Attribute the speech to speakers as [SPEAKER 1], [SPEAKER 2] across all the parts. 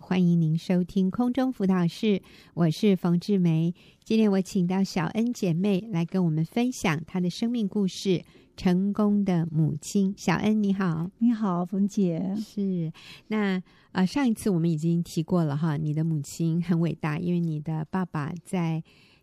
[SPEAKER 1] 欢迎您收听空中辅导室，我是冯志梅。今天我请到小恩姐妹来跟我们分享她的生命故事，《成功的母亲》。小恩你好，
[SPEAKER 2] 你好，冯姐。
[SPEAKER 1] 是那呃，上一次我们已经提过了哈，你的母亲很伟大，因为你的爸爸在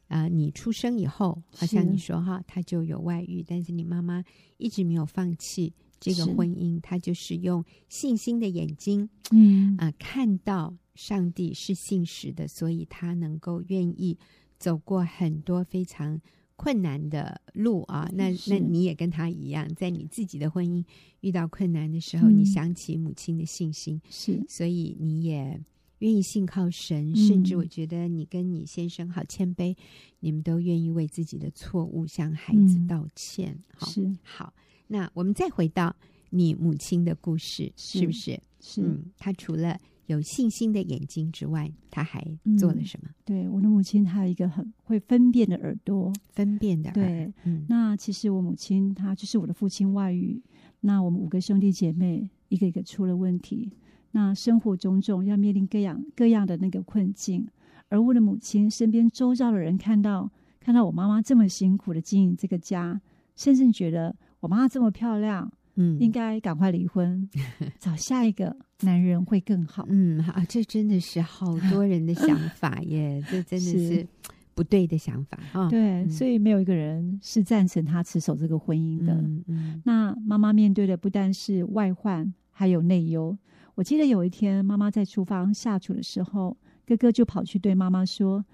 [SPEAKER 1] 呃你出生以后，好像
[SPEAKER 2] 是
[SPEAKER 1] 你说哈，他就有外遇，但是你妈妈一直没有放弃这个
[SPEAKER 2] 是
[SPEAKER 1] 婚姻，她就是用信心的眼睛。
[SPEAKER 2] 嗯
[SPEAKER 1] 啊、看到上帝是信实的，所以他能够愿意走过很多非常困难的路啊。那那
[SPEAKER 2] 是
[SPEAKER 1] 你也跟他一样，在你自己的婚姻遇到困难的时候，你
[SPEAKER 2] 嗯
[SPEAKER 1] 想起母亲的信心，
[SPEAKER 2] 是
[SPEAKER 1] 所以你也。愿意信靠神，甚至
[SPEAKER 2] 嗯
[SPEAKER 1] 我觉得你跟你先生好谦卑，你们都愿意为自己的错误向孩子
[SPEAKER 2] 嗯
[SPEAKER 1] 道歉。好，
[SPEAKER 2] 是
[SPEAKER 1] 好，那我们再回到你母亲的故事，是不
[SPEAKER 2] 是
[SPEAKER 1] 是？
[SPEAKER 2] 是，
[SPEAKER 1] 嗯，他除了有信心的眼睛之外，他还做了
[SPEAKER 2] 嗯
[SPEAKER 1] 什么？
[SPEAKER 2] 对，我的母亲还有一个很会分辨的耳朵。
[SPEAKER 1] 分辨的耳，
[SPEAKER 2] 对，
[SPEAKER 1] 嗯，
[SPEAKER 2] 那其实我母亲她就是我的父亲外遇，那我们五个兄弟姐妹一个一个出了问题，那生活种种要面临各样各样的那个困境，而我的母亲身边周遭的人看到看到我妈妈这么辛苦的经营这个家，甚至觉得我妈妈这么漂亮，
[SPEAKER 1] 嗯，
[SPEAKER 2] 应该赶快离婚，找下一个男人会更好。
[SPEAKER 1] 嗯，好，这真的是好多人的想法 耶，这真的
[SPEAKER 2] 是
[SPEAKER 1] 是不对的想法哈。
[SPEAKER 2] 对，
[SPEAKER 1] 嗯
[SPEAKER 2] 所以没有一个人是赞成他持守这个婚姻的。
[SPEAKER 1] 嗯嗯
[SPEAKER 2] 那妈妈面对的不但是外患，还有内忧。我记得有一天，妈妈在厨房下厨的时候，哥哥就跑去对妈妈说：“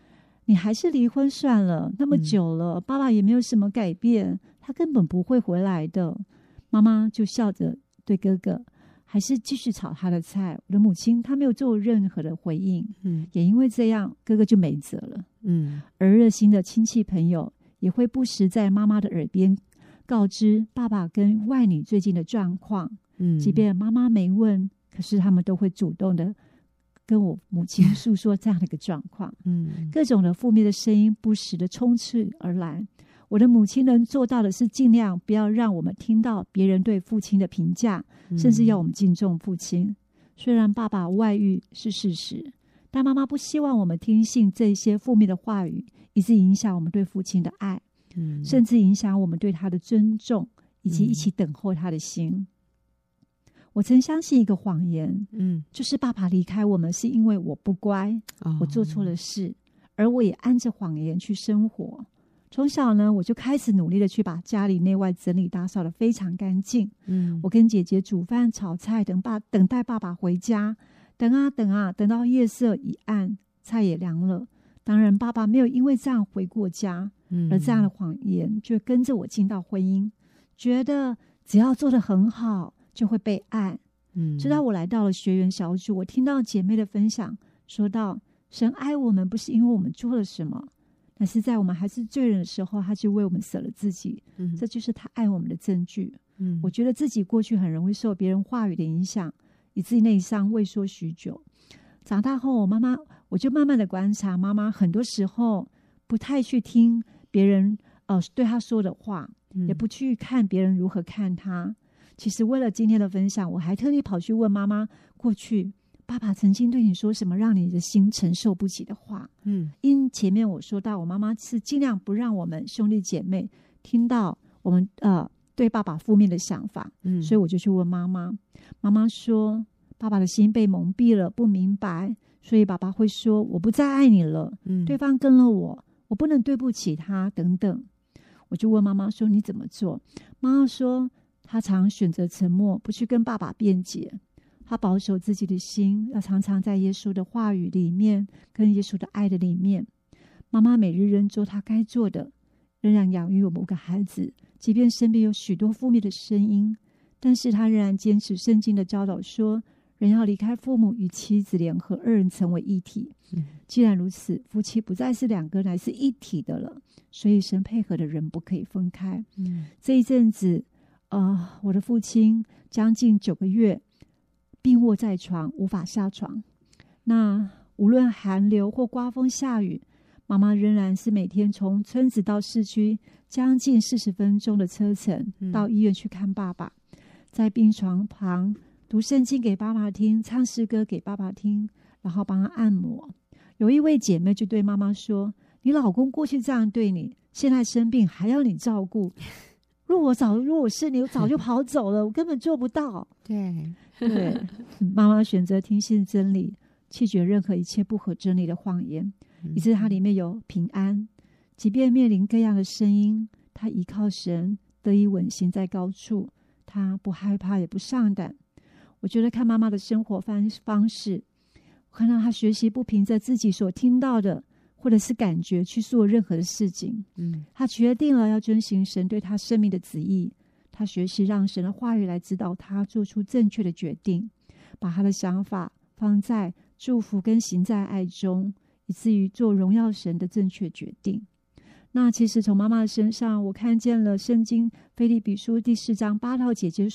[SPEAKER 2] 你还是离婚算了，那么
[SPEAKER 1] 嗯
[SPEAKER 2] 久了，爸爸也没有什么改变，他根本不会回来的。”妈妈就笑着对哥哥：“还是继续炒他的菜。”我的母亲她没有做任何的回应，
[SPEAKER 1] 嗯
[SPEAKER 2] 也因为这样，哥哥就没辙了。
[SPEAKER 1] 嗯
[SPEAKER 2] 而热心的亲戚朋友也会不时在妈妈的耳边告知爸爸跟外女最近的状况，
[SPEAKER 1] 嗯，
[SPEAKER 2] 即便妈妈没问，可是他们都会主动的跟我母亲诉说这样的一个状况。
[SPEAKER 1] 嗯
[SPEAKER 2] 各种的负面的声音不时的冲刺而来。我的母亲能做到的是，尽量不要让我们听到别人对父亲的评价，
[SPEAKER 1] 嗯
[SPEAKER 2] 甚至要我们敬重父亲。虽然爸爸外遇是事实，但妈妈不希望我们听信这些负面的话语，以致影响我们对父亲的爱，
[SPEAKER 1] 嗯
[SPEAKER 2] 甚至影响我们对他的尊重，以及
[SPEAKER 1] 嗯
[SPEAKER 2] 一起等候他的心。我曾相信一个谎言，
[SPEAKER 1] 嗯，
[SPEAKER 2] 就是爸爸离开我们是因为我不乖，
[SPEAKER 1] 哦
[SPEAKER 2] 我做错了事，而我也按着谎言去生活。从小呢，我就开始努力的去把家里内外整理打扫的非常干净。
[SPEAKER 1] 嗯，
[SPEAKER 2] 我跟姐姐煮饭、炒菜，等爸等待爸爸回家，等啊等啊，等到夜色已暗，菜也凉了。当然，爸爸没有因为这样回过家，
[SPEAKER 1] 嗯
[SPEAKER 2] 而这样的谎言就跟着我进到婚姻，觉得只要做得很好，就会被爱。
[SPEAKER 1] 嗯，
[SPEAKER 2] 直到我来到了学员小组，我听到姐妹的分享，说到神爱我们不是因为我们做了什么，乃是在我们还是罪人的时候，他就为我们舍了自己，
[SPEAKER 1] 嗯，
[SPEAKER 2] 这就是他爱我们的证据。
[SPEAKER 1] 嗯
[SPEAKER 2] 我觉得自己过去很容易受别人话语的影响，以致内伤畏缩许久。长大后，我妈妈我就慢慢的观察妈妈，很多时候不太去听别人呃对她说的话，
[SPEAKER 1] 嗯
[SPEAKER 2] 也不去看别人如何看他。其实为了今天的分享，我还特地跑去问妈妈，过去爸爸曾经对你说什么让你的心承受不起的话？
[SPEAKER 1] 嗯
[SPEAKER 2] 因前面我说到，我妈妈是尽量不让我们兄弟姐妹听到我们呃对爸爸负面的想法，
[SPEAKER 1] 嗯，
[SPEAKER 2] 所以我就去问妈妈。妈妈说，爸爸的心被蒙蔽了，不明白，所以爸爸会说我不再爱你了。
[SPEAKER 1] 以
[SPEAKER 2] 对方跟了我，我不能对不起他等等。我就问妈妈说：“你怎么做？”妈妈说：“她常选择沉默，不去跟爸爸辩解。她保守自己的心，要常常在耶稣的话语里面，跟耶稣的爱的里面。妈妈每日仍做她该做的，仍然养育我们五个孩子，即便身边有许多负面的声音，但是她仍然坚持圣经的教导说，人要离开父母与妻子联合，二人成为一体。”既然如此，夫妻不再是两个人，乃是一体的了。所以神配合的人不可以分开。
[SPEAKER 1] 嗯
[SPEAKER 2] 这一阵子，呃，我的父亲将近九个月病卧在床，无法下床。那无论寒流或刮风下雨，妈妈仍然是每天从村子到市区将近四十分钟的车程
[SPEAKER 1] 嗯
[SPEAKER 2] 到医院去看爸爸，在病床旁读圣经给爸爸听，唱诗歌给爸爸听，然后帮她按摩。有一位姐妹就对妈妈说：“你老公过去这样对你，现在生病还要你照顾，如果我早，如果我是你，我早就跑走了，我根本做不到。”
[SPEAKER 1] 对，
[SPEAKER 2] 对，妈妈选择听信真理，弃绝任何一切不合真理的谎言，以致它里面有平安。即便面临各样的声音，她依靠神得以稳行在高处，她不害怕也不上胆。我觉得看妈妈的生活方方式，我看到她学习不凭着自己所听到的或者是感觉去做任何的事情，
[SPEAKER 1] 嗯
[SPEAKER 2] 她决定了要遵行神对她生命的旨意。她学习让神的话语来指导她做出正确的决定，把她的想法放在祝福跟行在爱中，以至于做荣耀神的正确决定。那其实从妈妈的身上，我看见了圣经菲利比书第四章八到姐节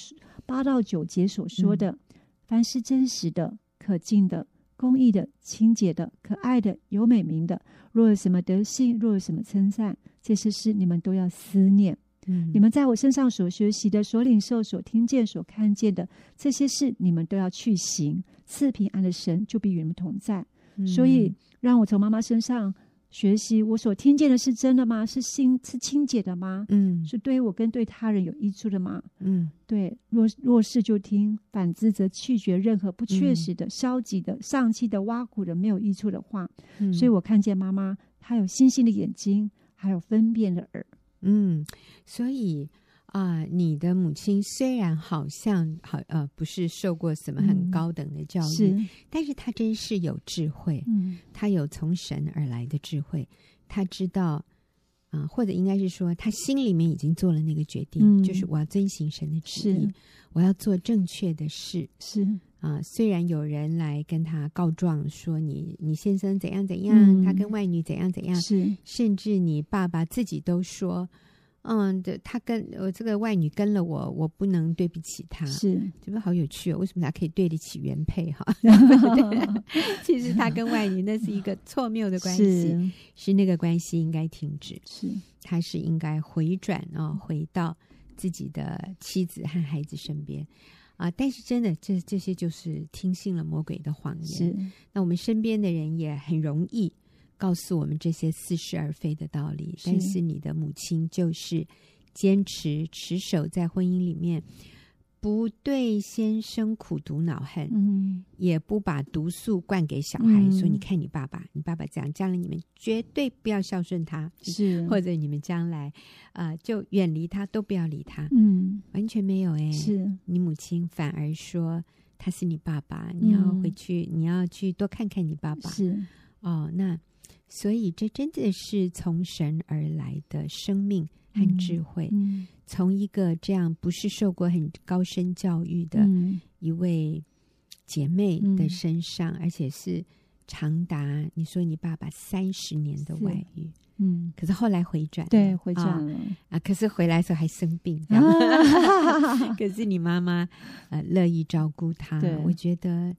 [SPEAKER 2] 八到九节所说的：凡是真实的、可敬的、公义的、清洁的、可爱的、有美名的，若有什么德性，若有什么称赞，这些事你们都要思念。
[SPEAKER 1] 嗯，
[SPEAKER 2] 你们在我身上所学习的、所领受、所听见、所看见的这些事，你们都要去行。赐平安的神就必与你们同在。
[SPEAKER 1] 嗯
[SPEAKER 2] 所以，让我从妈妈身上学习，我所听见的是真的吗？是心是清洁的吗？
[SPEAKER 1] 嗯
[SPEAKER 2] 是对我跟对他人有益处的吗？
[SPEAKER 1] 嗯
[SPEAKER 2] 对，若若是就听，反之则拒绝任何不确实的、消极的、丧气的、挖苦的、没有益处的话。
[SPEAKER 1] 嗯，
[SPEAKER 2] 所以我看见妈妈，她有星星的眼睛，还有分辨的耳。
[SPEAKER 1] 嗯，所以啊、你的母亲虽然好像好呃不是受过什么很
[SPEAKER 2] 嗯
[SPEAKER 1] 高等的教育，
[SPEAKER 2] 是，
[SPEAKER 1] 但是她真是有智慧，
[SPEAKER 2] 嗯，
[SPEAKER 1] 她有从神而来的智慧，她知道。啊、或者应该是说，她心里面已经做了那个决定，
[SPEAKER 2] 嗯
[SPEAKER 1] 就是我要遵行神的旨意
[SPEAKER 2] 是，
[SPEAKER 1] 我要做正确的事
[SPEAKER 2] 是，
[SPEAKER 1] 啊、虽然有人来跟她告状说你你先生怎样怎样，
[SPEAKER 2] 嗯
[SPEAKER 1] 他跟外女怎样怎样，
[SPEAKER 2] 是，
[SPEAKER 1] 甚至你爸爸自己都说，嗯，对，他跟我这个外女跟了我，我不能对不起她，
[SPEAKER 2] 是，
[SPEAKER 1] 这不好有趣哦？为什么他可以对得起原配哈？
[SPEAKER 2] 对
[SPEAKER 1] 其实他跟外女那是一个错谬的关系，
[SPEAKER 2] 是，
[SPEAKER 1] 是那个关系应该停止，
[SPEAKER 2] 是，
[SPEAKER 1] 他是应该回转啊、回到自己的妻子和孩子身边。啊！但是真的，这这些就是听信了魔鬼的谎言。
[SPEAKER 2] 是，
[SPEAKER 1] 那我们身边的人也很容易告诉我们这些似是而非的道理，
[SPEAKER 2] 是
[SPEAKER 1] 但是你的母亲就是坚持持守在婚姻里面，不对先生苦读恼恨，
[SPEAKER 2] 嗯，
[SPEAKER 1] 也不把毒素灌给小孩，
[SPEAKER 2] 嗯
[SPEAKER 1] 说你看你爸爸，你爸爸这样，将来你们绝对不要孝顺他，
[SPEAKER 2] 是，
[SPEAKER 1] 或者你们将来啊、呃就远离他，都不要理他，
[SPEAKER 2] 嗯，
[SPEAKER 1] 完全没有哎、
[SPEAKER 2] 是，
[SPEAKER 1] 你母亲反而说他是你爸爸，
[SPEAKER 2] 嗯
[SPEAKER 1] 你要回去，你要去多看看你爸爸。
[SPEAKER 2] 是，
[SPEAKER 1] 哦，那所以这真的是从神而来的生命和
[SPEAKER 2] 嗯
[SPEAKER 1] 智慧，
[SPEAKER 2] 嗯，
[SPEAKER 1] 从一个这样不是受过很高深教育的
[SPEAKER 2] 嗯，
[SPEAKER 1] 一位姐妹的
[SPEAKER 2] 嗯
[SPEAKER 1] 身上，而且是长达你说你爸爸三十年的
[SPEAKER 2] 是
[SPEAKER 1] 外遇，
[SPEAKER 2] 嗯，
[SPEAKER 1] 可是后来回转了，
[SPEAKER 2] 对，回
[SPEAKER 1] 啊
[SPEAKER 2] 转了，
[SPEAKER 1] 啊，可是回来的时候还生病，这样。
[SPEAKER 2] 啊
[SPEAKER 1] 可是你妈妈呃乐意照顾她
[SPEAKER 2] 对，
[SPEAKER 1] 我觉得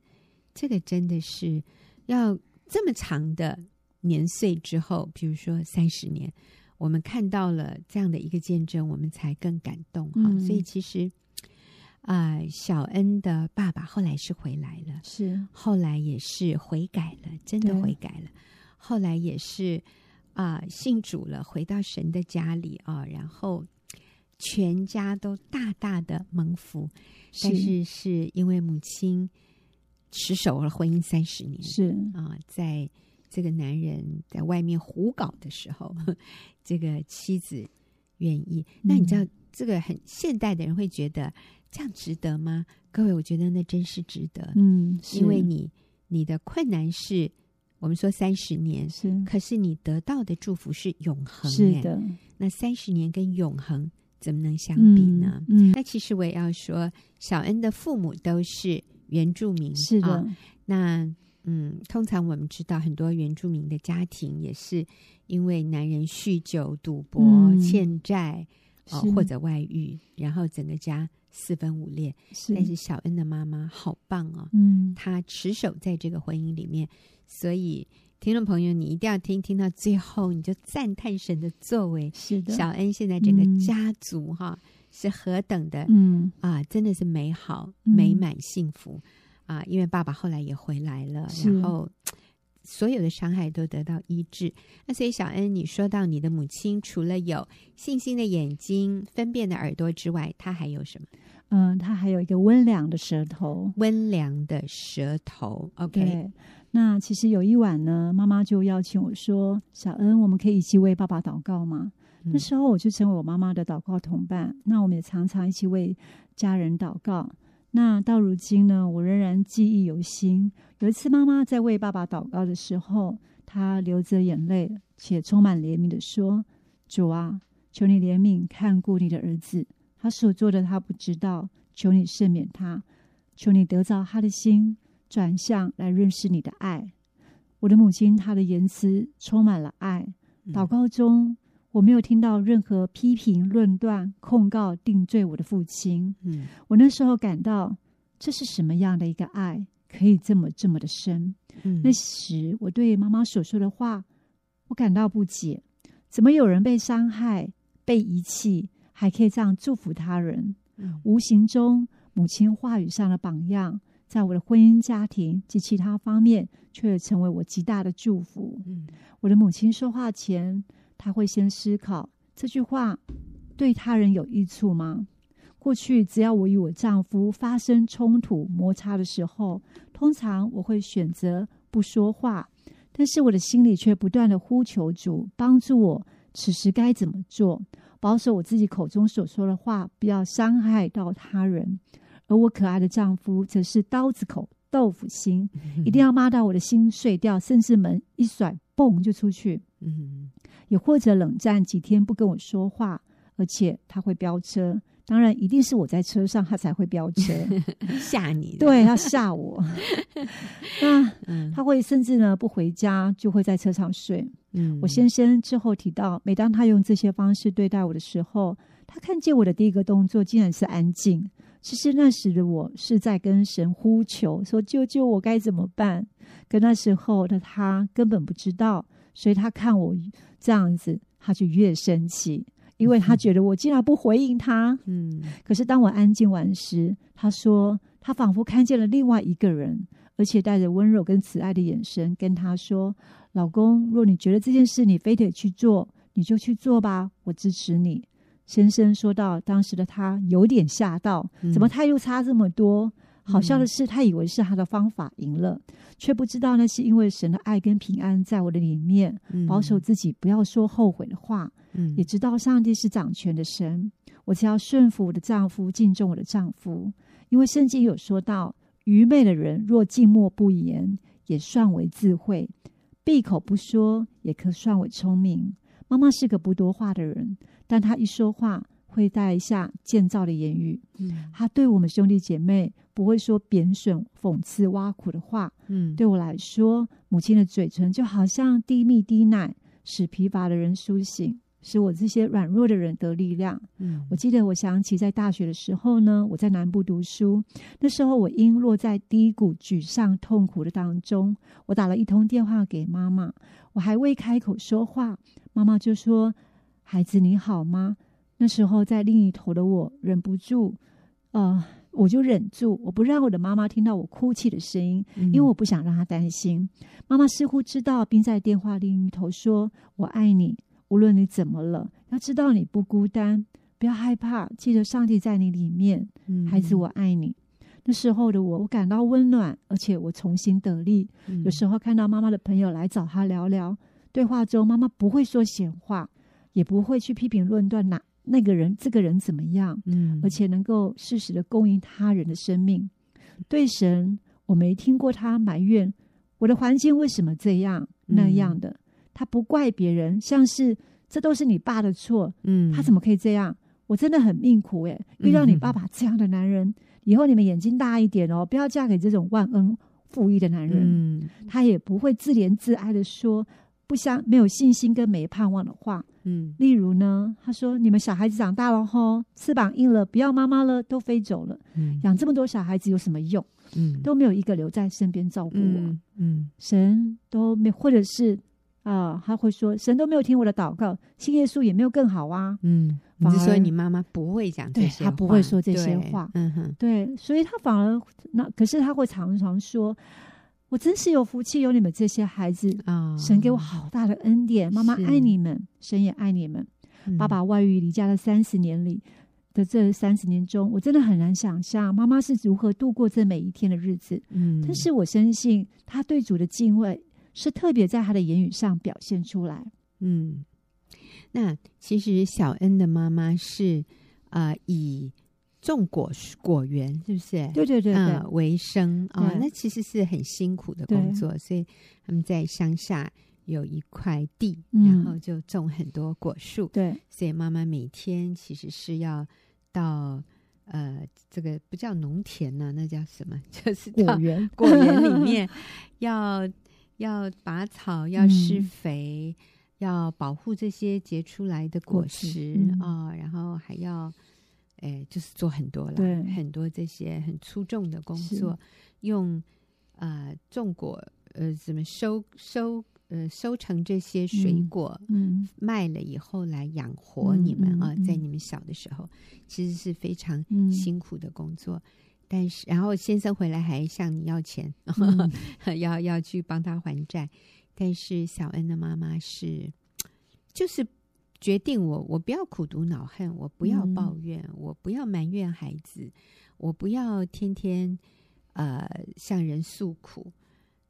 [SPEAKER 1] 这个真的是要这么长的年岁之后，比如说三十年，我们看到了这样的一个见证，我们才更感动哈、
[SPEAKER 2] 嗯
[SPEAKER 1] 所以其实啊、小恩的爸爸后来是回来了，
[SPEAKER 2] 是，
[SPEAKER 1] 后来也是悔改了，真的
[SPEAKER 2] 对
[SPEAKER 1] 悔改了，后来也是啊、信主了，回到神的家里啊、然后全家都大大的蒙福，但是是因为母亲持守了婚姻三十年
[SPEAKER 2] 是，
[SPEAKER 1] 啊、在这个男人在外面胡搞的时候，
[SPEAKER 2] 嗯
[SPEAKER 1] 这个妻子愿意，那你知道、这个很现代的人会觉得这样值得吗？各位，我觉得那真是值得，
[SPEAKER 2] 嗯，
[SPEAKER 1] 因为
[SPEAKER 2] 是
[SPEAKER 1] 你你的困难是我们说三十年，
[SPEAKER 2] 是
[SPEAKER 1] 可是你得到的祝福是永恒。
[SPEAKER 2] 是
[SPEAKER 1] 哎，
[SPEAKER 2] 的，
[SPEAKER 1] 那三十年跟永恒怎么能相比
[SPEAKER 2] 嗯
[SPEAKER 1] 呢？
[SPEAKER 2] 嗯，
[SPEAKER 1] 那其实我也要说，小恩的父母都是原住民，
[SPEAKER 2] 是的
[SPEAKER 1] 啊，那嗯，通常我们知道很多原住民的家庭也是因为男人酗酒、赌博、
[SPEAKER 2] 嗯
[SPEAKER 1] 欠债。哦
[SPEAKER 2] 是，
[SPEAKER 1] 或者外遇，然后整个家四分五裂。
[SPEAKER 2] 是，
[SPEAKER 1] 但是小恩的妈妈好棒哦，
[SPEAKER 2] 嗯，
[SPEAKER 1] 他持守在这个婚姻里面，所以听众朋友，你一定要听听到最后，你就赞叹神的作为。
[SPEAKER 2] 是的，
[SPEAKER 1] 小恩现在整个
[SPEAKER 2] 嗯
[SPEAKER 1] 家族哈、是何等的、
[SPEAKER 2] 嗯，
[SPEAKER 1] 啊，真的是美好、
[SPEAKER 2] 嗯
[SPEAKER 1] 美满、幸福啊、因为爸爸后来也回来了，
[SPEAKER 2] 是
[SPEAKER 1] 然后所有的伤害都得到医治。那所以小恩，你说到你的母亲除了有信心的眼睛、分辨的耳朵之外，她还有什么？
[SPEAKER 2] 嗯，他还有一个温良的舌头。
[SPEAKER 1] 温良的舌头。OK，
[SPEAKER 2] 对，那其实有一晚呢，妈妈就邀请我说：“小恩，我们可以一起为爸爸祷告吗？”那
[SPEAKER 1] 嗯
[SPEAKER 2] 时候我就成为我妈妈的祷告同伴，那我们也常常一起为家人祷告。那到如今呢，我仍然记忆犹新。有一次，妈妈在为爸爸祷告的时候，她流着眼泪，且充满怜悯的说：“主啊，求你怜悯看顾你的儿子，他所做的他不知道，求你赦免他，求你得着他的心，转向来认识你的爱。”我的母亲，她的言辞充满了爱，
[SPEAKER 1] 嗯
[SPEAKER 2] 祷告中，我没有听到任何批评、论断、控告、定罪我的父亲。
[SPEAKER 1] 嗯
[SPEAKER 2] 我那时候感到，这是什么样的一个爱，可以这么这么的深？
[SPEAKER 1] 嗯
[SPEAKER 2] 那时我对妈妈所说的话，我感到不解：怎么有人被伤害、被遗弃，还可以这样祝福他人？
[SPEAKER 1] 嗯
[SPEAKER 2] 无形中，母亲话语上的榜样，在我的婚姻、家庭及其他方面，却成为我极大的祝福。
[SPEAKER 1] 嗯
[SPEAKER 2] 我的母亲说话前，她会先思考这句话对他人有益处吗？过去只要我与我丈夫发生冲突摩擦的时候，通常我会选择不说话，但是我的心里却不断的呼求主帮助我，此时该怎么做，保守我自己口中所说的话，不要伤害到他人。而我可爱的丈夫则是刀子口豆腐心，一定要骂到我的心碎掉，甚至门一甩，嘣就出去。
[SPEAKER 1] 嗯
[SPEAKER 2] 也或者冷战几天不跟我说话，而且他会飙车，当然一定是我在车上他才会飙车，
[SPEAKER 1] 吓你的
[SPEAKER 2] 对，他吓我。 那
[SPEAKER 1] 嗯
[SPEAKER 2] 他会甚至呢不回家，就会在车上睡。
[SPEAKER 1] 嗯
[SPEAKER 2] 我先生之后提到，每当他用这些方式对待我的时候，他看见我的第一个动作竟然是安静。其实那时的我是在跟神呼求，说救救我该怎么办？可那时候的他根本不知道，所以他看我这样子，他就越生气，因为他觉得我竟然不回应他。
[SPEAKER 1] 嗯
[SPEAKER 2] 可是当我安静完时，他说他仿佛看见了另外一个人，而且带着温柔跟慈爱的眼神跟他说：“老公，若你觉得这件事你非得去做，你就去做吧，我支持你。”先生说到，当时的他有点吓到，
[SPEAKER 1] 嗯
[SPEAKER 2] 怎么态度差这么多？好笑的是，他以为是他的方法赢了，
[SPEAKER 1] 嗯
[SPEAKER 2] 却不知道那是因为神的爱跟平安在我的里面，
[SPEAKER 1] 嗯
[SPEAKER 2] 保守自己不要说后悔的话。
[SPEAKER 1] 嗯
[SPEAKER 2] 也知道上帝是掌权的神，我只要顺服我的丈夫，敬重我的丈夫，因为圣经有说到，愚昧的人若静默不言，也算为智慧；闭口不说，也可算为聪明。妈妈是个不多话的人，但她一说话会带一下建造的言语，
[SPEAKER 1] 嗯
[SPEAKER 2] 她对我们兄弟姐妹不会说贬损、讽刺、挖苦的话，
[SPEAKER 1] 嗯
[SPEAKER 2] 对我来说，母亲的嘴唇就好像滴蜜滴奶，使疲乏的人苏醒，使我这些软弱的人得力量。
[SPEAKER 1] 嗯
[SPEAKER 2] 我记得我想起在大学的时候呢，我在南部读书，那时候我因落在低谷、沮丧、痛苦的当中，我打了一通电话给妈妈，我还未开口说话，妈妈就说：“孩子你好吗？”那时候在另一头的我忍不住，呃，我就忍住，我不让我的妈妈听到我哭泣的声音，
[SPEAKER 1] 因
[SPEAKER 2] 因为我不想让她担心。妈妈似乎知道，并在电话另一头说：“我爱你，无论你怎么了，要知道你不孤单，不要害怕，记得上帝在你里面，
[SPEAKER 1] 嗯
[SPEAKER 2] 孩子，我爱你。”那时候的我，我感到温暖，而且我重新得力。有时
[SPEAKER 1] 候
[SPEAKER 2] 候看到妈妈的朋友来找她聊聊，对话中妈妈不会说闲话，也不会去批评论断哪那个人、这个人怎么样。
[SPEAKER 1] 嗯
[SPEAKER 2] 而且能够适时的供应他人的生命。对神，我没听过他埋怨我的环境为什么这样
[SPEAKER 1] 嗯
[SPEAKER 2] 那样的，他不怪别人，像是这都是你爸的错，
[SPEAKER 1] 嗯
[SPEAKER 2] 他怎
[SPEAKER 1] 么
[SPEAKER 2] 么可以这样？我真的很命苦诶、遇到你爸爸这样的男人，以后你们眼睛大一点哦，不要嫁给这种忘恩负义的男人。
[SPEAKER 1] 嗯
[SPEAKER 2] 他也不会自怜自哀的说不相没有信心跟没盼望的话，
[SPEAKER 1] 嗯
[SPEAKER 2] 例如呢，他说：“你们小孩子长大了吼，翅膀硬了，不要妈妈了，都飞走了。
[SPEAKER 1] 嗯
[SPEAKER 2] 养这么多小孩子有什么用？
[SPEAKER 1] 嗯
[SPEAKER 2] 都没有一个留在身边照顾我。
[SPEAKER 1] 嗯嗯
[SPEAKER 2] 神都没，或者是啊、啊、他会说神都没有听我的祷告，信耶稣也没有更好啊。
[SPEAKER 1] 嗯，你
[SPEAKER 2] 反
[SPEAKER 1] 是说
[SPEAKER 2] 而
[SPEAKER 1] 你妈妈不会讲这
[SPEAKER 2] 对
[SPEAKER 1] 些话，
[SPEAKER 2] 她不会说这些
[SPEAKER 1] 对
[SPEAKER 2] 话
[SPEAKER 1] 嗯哼，
[SPEAKER 2] 对，所以他反而那可是他会常常说，我真是有福气有你们这些孩子，
[SPEAKER 1] 啊、
[SPEAKER 2] 神给我好大的恩典，妈妈
[SPEAKER 1] 是
[SPEAKER 2] 爱你们，神也爱你们。
[SPEAKER 1] 嗯
[SPEAKER 2] 爸爸外遇离家的三十年里的这三十年中，我真的很难想象妈妈是如何度过这每一天的日子。
[SPEAKER 1] 嗯，
[SPEAKER 2] 但是我深信，她对主的敬畏是特别在她的言语上表现出来。
[SPEAKER 1] 嗯，那其实小恩的妈妈是呃以种果树果园，是不是？
[SPEAKER 2] 对对对对，
[SPEAKER 1] 嗯为生啊、
[SPEAKER 2] 对
[SPEAKER 1] 那其实是很辛苦的
[SPEAKER 2] 对
[SPEAKER 1] 工作，所以他们在乡下有一块地，
[SPEAKER 2] 嗯
[SPEAKER 1] 然后就种很多果树，
[SPEAKER 2] 对
[SPEAKER 1] 所以妈妈每天其实是要到呃这个不叫农田呢、那叫什么？ 就是到
[SPEAKER 2] 果 园，
[SPEAKER 1] 果园里 面要要拔草，要施
[SPEAKER 2] 嗯
[SPEAKER 1] 肥，要保护这些结出来的果
[SPEAKER 2] 果子
[SPEAKER 1] 实
[SPEAKER 2] 嗯
[SPEAKER 1] 啊、然后还要，哎，就是做很多了，
[SPEAKER 2] 对
[SPEAKER 1] 很多这些很粗重的工
[SPEAKER 2] 是
[SPEAKER 1] 作，用呃种果呃怎么收收呃收成这些水
[SPEAKER 2] 嗯
[SPEAKER 1] 果。
[SPEAKER 2] 嗯
[SPEAKER 1] 卖了以后来养活
[SPEAKER 2] 嗯
[SPEAKER 1] 你们啊、
[SPEAKER 2] 嗯
[SPEAKER 1] 在
[SPEAKER 2] 嗯
[SPEAKER 1] 你们小的时候，其实是非常
[SPEAKER 2] 嗯，
[SPEAKER 1] 辛苦的工作。但是，然后先生回来还向你要钱，
[SPEAKER 2] 嗯
[SPEAKER 1] 要要去帮他还债。但是小恩的妈妈是，就是决定我，我不要苦读恼恨，我不要
[SPEAKER 2] 嗯
[SPEAKER 1] 抱怨，我不要埋怨孩子，我不要天天呃向人诉苦，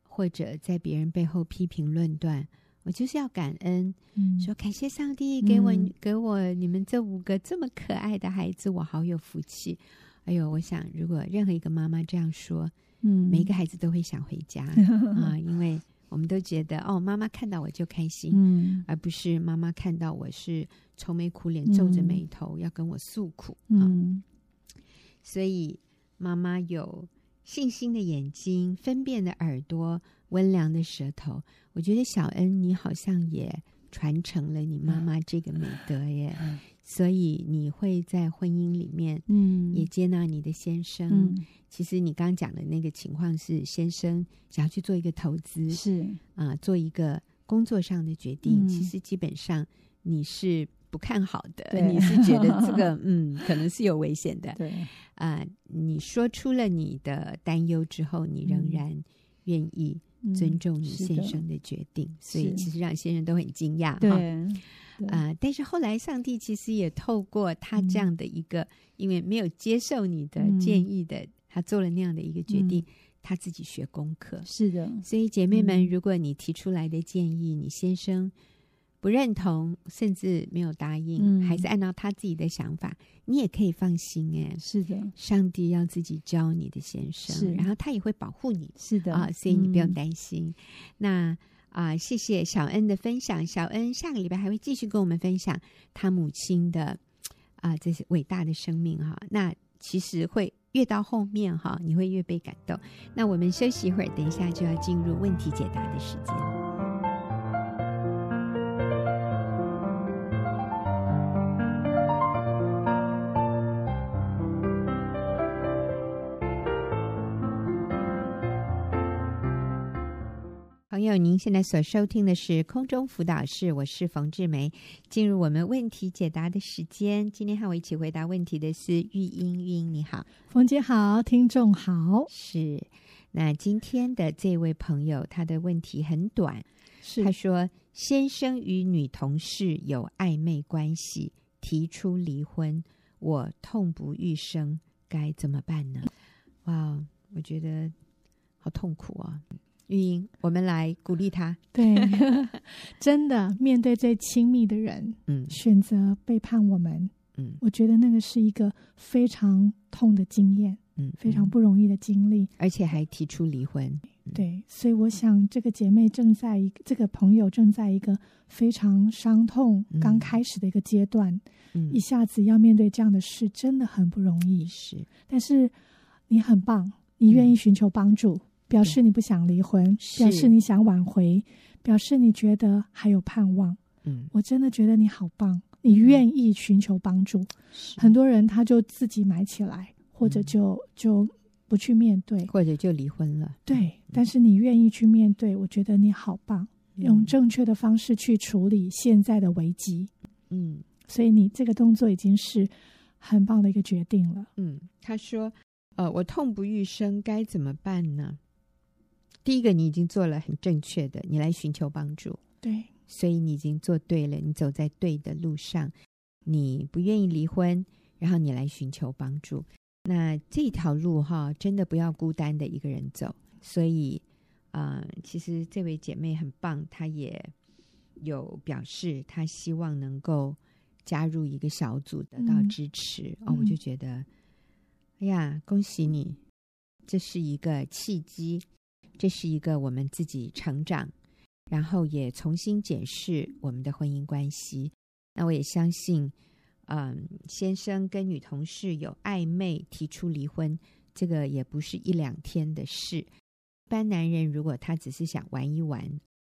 [SPEAKER 1] 或者在别人背后批评论断。我就是要感恩，
[SPEAKER 2] 嗯
[SPEAKER 1] 说感谢上帝给我、
[SPEAKER 2] 嗯
[SPEAKER 1] 给我你们这五个这么可爱的孩子，我好有福气。哎呦，我想如果任何一个妈妈这样说，
[SPEAKER 2] 嗯
[SPEAKER 1] 每一个孩子都会想回 家啊、因为我们都觉得哦，妈妈看到我就开心，
[SPEAKER 2] 嗯
[SPEAKER 1] 而不是妈妈看到我是愁眉苦脸、皱着
[SPEAKER 2] 嗯
[SPEAKER 1] 眉头、要跟我诉苦啊、
[SPEAKER 2] 嗯
[SPEAKER 1] 所以妈妈有信心的眼睛、分辨的耳朵、温良的舌头。我觉得小恩，你好像也传承了你妈妈这个美德耶，所以你会在婚姻里面
[SPEAKER 2] 嗯
[SPEAKER 1] 也接纳你的先生。
[SPEAKER 2] 嗯
[SPEAKER 1] 其实你刚刚讲的那个情况是，先生想要去做一个投资
[SPEAKER 2] 嗯是
[SPEAKER 1] 啊、做一个工作上的决定，
[SPEAKER 2] 嗯
[SPEAKER 1] 其实基本上你是。不看好的，
[SPEAKER 2] 对
[SPEAKER 1] 你是觉得这 个嗯，可能是有危险的，
[SPEAKER 2] 对
[SPEAKER 1] 啊、你说出了你的担忧之后，你仍
[SPEAKER 2] 嗯
[SPEAKER 1] 然愿意
[SPEAKER 2] 嗯
[SPEAKER 1] 尊重你
[SPEAKER 2] 是
[SPEAKER 1] 先
[SPEAKER 2] 的
[SPEAKER 1] 生的决定，所以
[SPEAKER 2] 是
[SPEAKER 1] 其实让先生都很惊讶
[SPEAKER 2] 对
[SPEAKER 1] 哈
[SPEAKER 2] 对
[SPEAKER 1] 啊、但是后来上帝其实也透过他这样的一个，因为没有接受你的
[SPEAKER 2] 嗯
[SPEAKER 1] 建议的，他做了那样的一个决定，他自己学功课。
[SPEAKER 2] 是的
[SPEAKER 1] 所以姐妹们，
[SPEAKER 2] 嗯
[SPEAKER 1] 如果你提出来的建议，你先生不认同，甚至没有答应，
[SPEAKER 2] 嗯
[SPEAKER 1] 还是按照他自己的想法，你也可以放心哎、
[SPEAKER 2] 是的
[SPEAKER 1] 上帝要自己教你的先生，
[SPEAKER 2] 是
[SPEAKER 1] 然后他也会保护你
[SPEAKER 2] 是的
[SPEAKER 1] 啊，所以你不用
[SPEAKER 2] 嗯
[SPEAKER 1] 担心。那啊、谢谢小恩的分享，小恩下个礼拜还会继续跟我们分享他母亲的啊、这些伟大的生命哈、那其实会越到后面哈、你会越被感动。那我们休息一会儿，等一下就要进入问题解答的时间。朋友，您现在所收听的是空中辅导室，我是冯志梅。进入我们问题解答的时间，今天和我一起回答问题的是玉英，玉英你好，
[SPEAKER 3] 冯姐好，听众好，
[SPEAKER 1] 是。那今天的这位朋友，他的问题很短，
[SPEAKER 3] 是
[SPEAKER 1] 他说：“先生与女同事有暧昧关系，提出离婚，我痛不欲生，该怎么办呢？”哇，我觉得好痛苦啊！玉英，我们来鼓励他。
[SPEAKER 3] 对， 真的面对最亲密的人，
[SPEAKER 1] 嗯
[SPEAKER 3] 选择背叛我们，
[SPEAKER 1] 嗯
[SPEAKER 3] 我觉得那个是一个非常痛的经验，
[SPEAKER 1] 嗯，
[SPEAKER 3] 非常
[SPEAKER 1] 嗯，
[SPEAKER 3] 不容易的经历。
[SPEAKER 1] 而且还提出离婚。
[SPEAKER 3] 对，所以我想这个姐妹正在一个这个朋友正在一个非常伤痛
[SPEAKER 1] 嗯
[SPEAKER 3] 刚开始的一个阶段，
[SPEAKER 1] 嗯
[SPEAKER 3] 一下子要面对这样的事，真的很不容易。
[SPEAKER 1] 是嗯
[SPEAKER 3] 但是你很棒，你愿意寻求帮助，表示你不想离婚，
[SPEAKER 1] 是
[SPEAKER 3] 表示你想挽回，表示你觉得还有盼望。
[SPEAKER 1] 嗯，
[SPEAKER 3] 我真的觉得你好棒，你愿意寻求帮助。
[SPEAKER 1] 是
[SPEAKER 3] 很多人他就自己埋起来，或者
[SPEAKER 1] 嗯
[SPEAKER 3] 就、就不去面对。
[SPEAKER 1] 或者就离婚了。
[SPEAKER 3] 对，但是你愿意去面对，我觉得你好棒。
[SPEAKER 1] 嗯
[SPEAKER 2] 用正确的方式去处理现在的危机。
[SPEAKER 1] 嗯
[SPEAKER 2] 所以你这个动作已经是很棒的一个决定了。
[SPEAKER 1] 嗯，他说：“呃，我痛不欲生，该怎么办呢？”第一个，你已经做了很正确的，你来寻求帮助，
[SPEAKER 2] 对，
[SPEAKER 1] 所以你已经做对了，你走在对的路上，你不愿意离婚，然后你来寻求帮助。那这条路哈，真的不要孤单的一个人走。所以，啊、其实这位姐妹很棒，她也有表示她希望能够加入一个小组，得到
[SPEAKER 2] 嗯
[SPEAKER 1] 支持。哦，我就
[SPEAKER 2] 嗯
[SPEAKER 1] 觉得，哎呀，恭喜你，这是一个契机，这是一个我们自己成长，然后也重新检视我们的婚姻关系。那我也相信，嗯，先生跟女同事有暧昧，提出离婚，这个也不是一两天的事。一般男人如果他只是想玩一玩，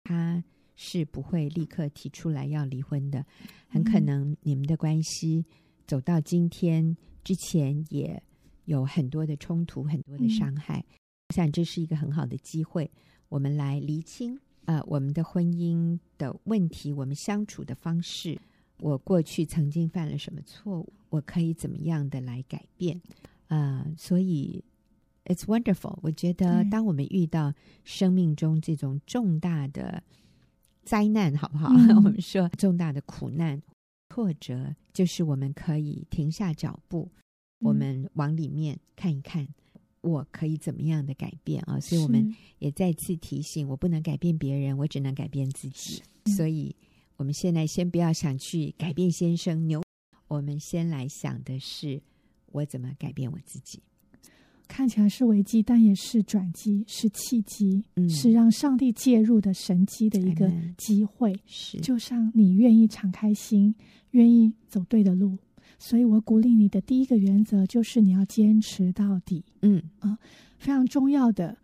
[SPEAKER 1] 他是不会立刻提出来要离婚的。很可
[SPEAKER 2] 嗯
[SPEAKER 1] 能你们的关系走到今天之前，也有很多的冲突，很多的
[SPEAKER 2] 嗯
[SPEAKER 1] 伤害。我想这是一个很好的机会，我们来厘清呃我们的婚姻的问题，我们相处的方式，我过去曾经犯了什么错误，我可以怎么样的来改变啊、呃所以，it's wonderful。我觉得
[SPEAKER 2] 对
[SPEAKER 1] 当我们遇到生命中这种重大的灾难，好不好？
[SPEAKER 2] 嗯
[SPEAKER 1] 我们说重大的苦难、挫折，就是我们可以停下脚步，我
[SPEAKER 2] 嗯
[SPEAKER 1] 们往里面看一看，我可以怎么样的改变啊？所以我们
[SPEAKER 2] 是
[SPEAKER 1] 也再次提醒我，不能改变别人，我只能改变自己。所以，我们现在先不要想去改变先生牛，我们先来想的是，我怎么改变我自己。
[SPEAKER 2] 看起来是危机，但也是转机，是契机，
[SPEAKER 1] 嗯
[SPEAKER 2] 是让上帝介入的神机的一个
[SPEAKER 1] Amen
[SPEAKER 2] 机会。
[SPEAKER 1] 是，
[SPEAKER 2] 就像你愿意敞开心，愿意走对的路，所以我鼓励你的第一个原则就是你要坚持到底，
[SPEAKER 1] 嗯
[SPEAKER 2] 非常重要的，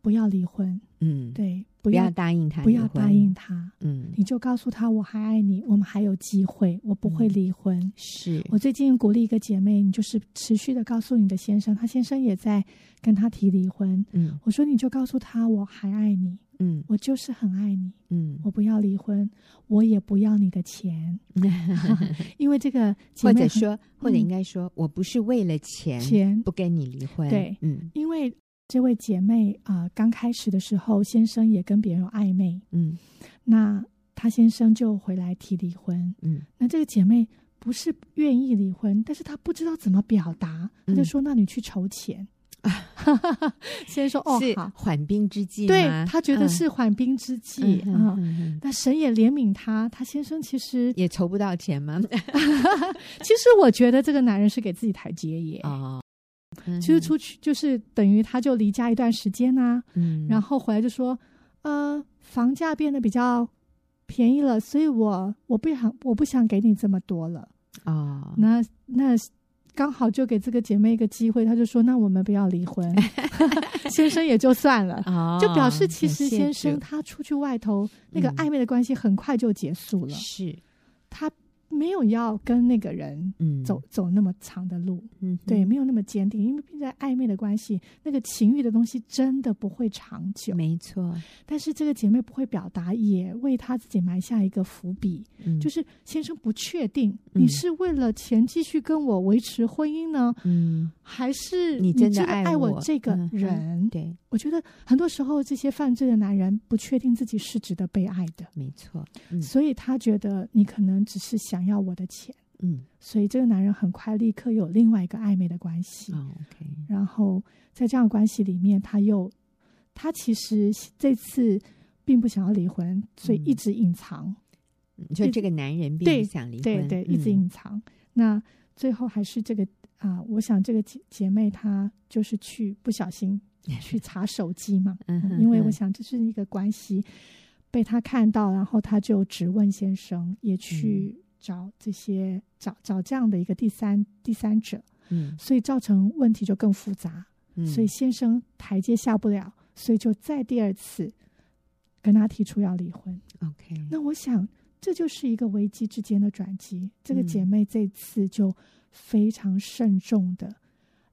[SPEAKER 2] 不要离婚，
[SPEAKER 1] 嗯，，
[SPEAKER 2] 对，
[SPEAKER 1] 不
[SPEAKER 2] 不要
[SPEAKER 1] 要答应他，
[SPEAKER 2] 不要答应，他，
[SPEAKER 1] 嗯，
[SPEAKER 2] 你就告诉他我还爱你，我们还有机会，我不会
[SPEAKER 1] 嗯
[SPEAKER 2] 离婚。
[SPEAKER 1] 是，
[SPEAKER 2] 我最近鼓励一个姐妹，你就是持续的告诉你的先生，她先生也在跟她提离婚。
[SPEAKER 1] 嗯
[SPEAKER 2] 我说你就告诉他，我还爱你，
[SPEAKER 1] 嗯
[SPEAKER 2] 我就是很爱你，
[SPEAKER 1] 嗯，
[SPEAKER 2] 我不要离婚，我也不要你的 钱，因为这个姐
[SPEAKER 1] 或者
[SPEAKER 2] 妹很
[SPEAKER 1] 说，或者
[SPEAKER 2] 嗯
[SPEAKER 1] 应该说，我不是为了钱
[SPEAKER 2] 钱，
[SPEAKER 1] 不跟你离婚，
[SPEAKER 2] 对
[SPEAKER 1] 嗯
[SPEAKER 2] 因为这位姐妹啊、呃刚开始的时候，先生也跟别人有暧昧，
[SPEAKER 1] 嗯
[SPEAKER 2] 那她先生就回来提离婚，
[SPEAKER 1] 嗯
[SPEAKER 2] 那这个姐妹。不是愿意离婚，但是她不知道怎么表达，她就
[SPEAKER 1] 嗯
[SPEAKER 2] 说：“那你去筹钱。 先说：“哦，
[SPEAKER 1] 是
[SPEAKER 2] 好。”
[SPEAKER 1] 缓兵之计吗，
[SPEAKER 2] 对他觉得
[SPEAKER 1] 嗯
[SPEAKER 2] 是缓兵之计
[SPEAKER 1] 嗯嗯
[SPEAKER 2] 啊。
[SPEAKER 1] 嗯嗯
[SPEAKER 2] 那神也怜悯他，他先生其实，
[SPEAKER 1] 也筹不到钱吗？
[SPEAKER 2] 其实我觉得这个男人是给自己台阶耶。
[SPEAKER 1] 哦，
[SPEAKER 2] 其实出去就是等于他就离家一段时间呐、
[SPEAKER 1] 嗯，
[SPEAKER 2] 然
[SPEAKER 1] 后
[SPEAKER 2] 后回来就说，呃，房价变得比较便宜了，所以我我不想我不想给你这么多了。
[SPEAKER 1] 哦，
[SPEAKER 2] 那那刚好就给这个姐妹一个机会，他就说，那我们不要 离婚，先生也就算了。
[SPEAKER 1] 哦，
[SPEAKER 2] 就表示其实
[SPEAKER 1] 感谢
[SPEAKER 2] 先生
[SPEAKER 1] 主
[SPEAKER 2] 他出去外头那个
[SPEAKER 1] 嗯
[SPEAKER 2] 暧昧的关系很快就结束了，
[SPEAKER 1] 是
[SPEAKER 2] 他没有要跟那个人
[SPEAKER 1] 嗯
[SPEAKER 2] 走，走那么长的路，
[SPEAKER 1] 嗯哼
[SPEAKER 2] 对，没有那么坚定，因为毕竟在暧昧的关系，那个情欲的东西真的不会长久。
[SPEAKER 1] 没错，
[SPEAKER 2] 但是这个姐妹不会表达，也为她自己埋下一个伏笔，
[SPEAKER 1] 嗯
[SPEAKER 2] 就是先生不确定
[SPEAKER 1] 嗯
[SPEAKER 2] 你是为了钱继续跟我维持婚姻呢，
[SPEAKER 1] 嗯
[SPEAKER 2] 还是
[SPEAKER 1] 你真
[SPEAKER 2] 真
[SPEAKER 1] 的
[SPEAKER 2] 的
[SPEAKER 1] 爱
[SPEAKER 2] 爱
[SPEAKER 1] 我
[SPEAKER 2] 这个
[SPEAKER 1] 嗯哼
[SPEAKER 2] 人？
[SPEAKER 1] 对，
[SPEAKER 2] 我觉得很多时候这些犯罪的男人不确定自己是值得被爱的，
[SPEAKER 1] 没错，嗯
[SPEAKER 2] 所以他觉得你可能只是想要我的钱，
[SPEAKER 1] 嗯
[SPEAKER 2] 所以这个男人很快立刻有另外一个暧昧的关系，
[SPEAKER 1] 哦 OK，
[SPEAKER 2] 然后在这样的关系里面，他又他其实这次并不想要离婚，所以一直隐藏，
[SPEAKER 1] 嗯就
[SPEAKER 2] 对
[SPEAKER 1] 这个男人并
[SPEAKER 2] 对
[SPEAKER 1] 不想离婚，
[SPEAKER 2] 对对，一直
[SPEAKER 1] 嗯
[SPEAKER 2] 隐藏。那最后还是这个啊、我想这个姐姐妹她就是去不 小心去查手机嘛，
[SPEAKER 1] 嗯哼
[SPEAKER 2] 嗯因为我
[SPEAKER 1] 哼
[SPEAKER 2] 想这是一个关系被他看到，然后他就质问先生，也
[SPEAKER 1] 嗯
[SPEAKER 2] 去找这些找找这样的一个第三第三者，
[SPEAKER 1] 嗯
[SPEAKER 2] 所以造成问题就更复杂，
[SPEAKER 1] 嗯，
[SPEAKER 2] 所以先生台阶下不了，所以就再第二次跟他提出要离婚。
[SPEAKER 1] OK，
[SPEAKER 2] 那我想这就是一个危机之间的转机，这个
[SPEAKER 1] 嗯
[SPEAKER 2] 姐妹这次就非常慎重的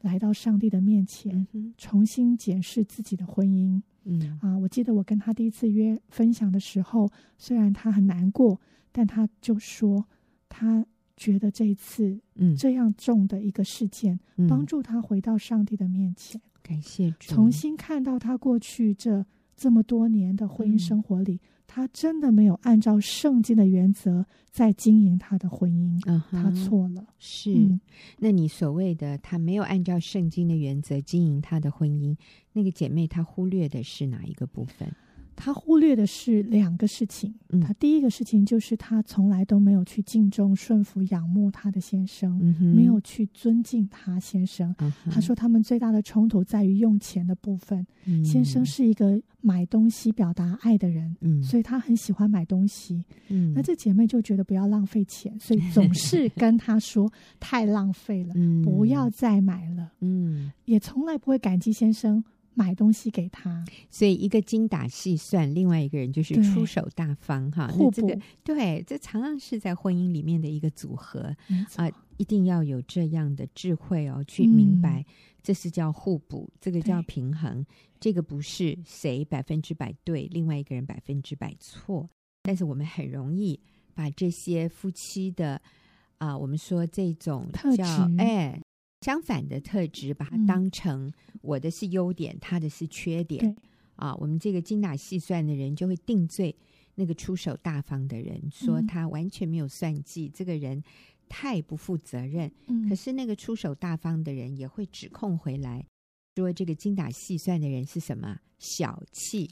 [SPEAKER 2] 来到上帝的面前，
[SPEAKER 1] 嗯哼
[SPEAKER 2] 重新检视自己的婚姻，
[SPEAKER 1] 嗯
[SPEAKER 2] 啊、我记得我跟他第一次约分享的时候，虽然他很难过，但他就说他觉得这一次
[SPEAKER 1] 嗯，
[SPEAKER 2] 这样重的一个事件，
[SPEAKER 1] 嗯
[SPEAKER 2] 帮助他回到上帝的面前，
[SPEAKER 1] 感谢主，
[SPEAKER 2] 重新看到他过去这这么多年的婚
[SPEAKER 1] 嗯
[SPEAKER 2] 姻生活里，他真的没有按照圣经的原则在经营他的婚姻，
[SPEAKER 1] 啊哈，
[SPEAKER 2] 他错了。
[SPEAKER 1] 是、
[SPEAKER 2] 嗯
[SPEAKER 1] 那你所谓的他没有按照圣经的原则经营他的婚姻，那个姐妹她忽略的是哪一个部分？
[SPEAKER 2] 他忽略的是两个事情
[SPEAKER 1] 嗯。
[SPEAKER 2] 他第一个事情就是他从来都没有去敬重、顺服、仰慕他的先生，
[SPEAKER 1] 嗯哼，
[SPEAKER 2] 没有去尊敬他先生。
[SPEAKER 1] 啊哈。
[SPEAKER 2] 他说，他们最大的冲突在于用钱的部分。
[SPEAKER 1] 嗯
[SPEAKER 2] 先生，是一个买东西表达爱的人，
[SPEAKER 1] 嗯，
[SPEAKER 2] 所以他很喜欢买东西。
[SPEAKER 1] 嗯，
[SPEAKER 2] 那这姐妹就觉得不要浪费钱，所 以总是跟他说太浪费了，
[SPEAKER 1] 嗯
[SPEAKER 2] 不要，再买了。
[SPEAKER 1] 嗯，
[SPEAKER 2] 也从来不会感激先生买东西给他，
[SPEAKER 1] 所以一个精打细算，另外一个人就是
[SPEAKER 2] 对
[SPEAKER 1] 出手大方哈，那
[SPEAKER 2] 互
[SPEAKER 1] 这
[SPEAKER 2] 补
[SPEAKER 1] 个。对，这常常是在婚姻里面的一个组合，
[SPEAKER 2] 没错
[SPEAKER 1] 啊一定要有这样的智慧哦，去明白、这是叫互补，这个叫
[SPEAKER 2] 嗯对
[SPEAKER 1] 平衡，这个不是谁百分之百对，另外一个人百分之百错。但是我们很容易把这些夫妻的啊、我们说这种
[SPEAKER 2] 特
[SPEAKER 1] 叫
[SPEAKER 2] 质
[SPEAKER 1] 哎相反的特质，把它
[SPEAKER 2] 嗯
[SPEAKER 1] 当成我的是优点，他的是缺点。
[SPEAKER 2] 对
[SPEAKER 1] 啊，我们这个精打细算的人就会定罪那个出手大方的人，说
[SPEAKER 2] 嗯
[SPEAKER 1] 他完全没有算计，这个人太不负责任。
[SPEAKER 2] 嗯
[SPEAKER 1] 可是那个出手大方的人也会指控回来，说这个精打细算的人是什么小气、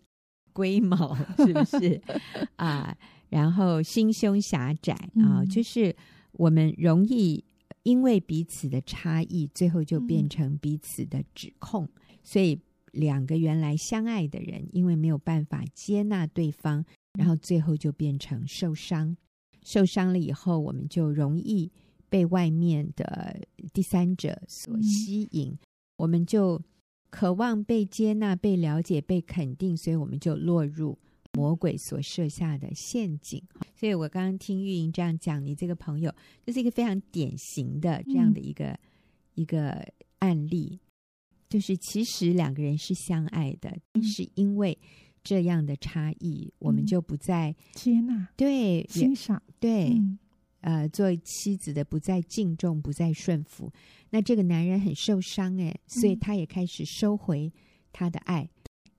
[SPEAKER 1] 龟毛，是不是 啊？然后心胸狭窄啊，
[SPEAKER 2] 嗯
[SPEAKER 1] 就是我们容易因为彼此的差异，最后就变
[SPEAKER 2] 嗯
[SPEAKER 1] 成彼此的指控，所以。两个原来相爱的人，因为没有办法接纳对方，然后最后就变成受伤。受伤了以后，我们就容易被外面的第三者所
[SPEAKER 2] 嗯
[SPEAKER 1] 吸引，我们就渴望被接纳、被了解、被肯定，所以我们就落入魔鬼所设下的陷阱。所以我刚刚听玉莹这样讲，你这个朋友就是一个非常典型的这样的一
[SPEAKER 2] 嗯
[SPEAKER 1] 个、一个案例，就是其实两个人是相爱的，但是因为这样的差异，我们
[SPEAKER 2] 嗯
[SPEAKER 1] 就不再
[SPEAKER 2] 接纳、
[SPEAKER 1] 对也哎
[SPEAKER 2] 欣赏，
[SPEAKER 1] 对。
[SPEAKER 2] 嗯
[SPEAKER 1] 呃，做妻子的不再敬重，不再顺服，那这个男人很受伤哎，所以
[SPEAKER 2] 嗯
[SPEAKER 1] 他也开始收回他的爱，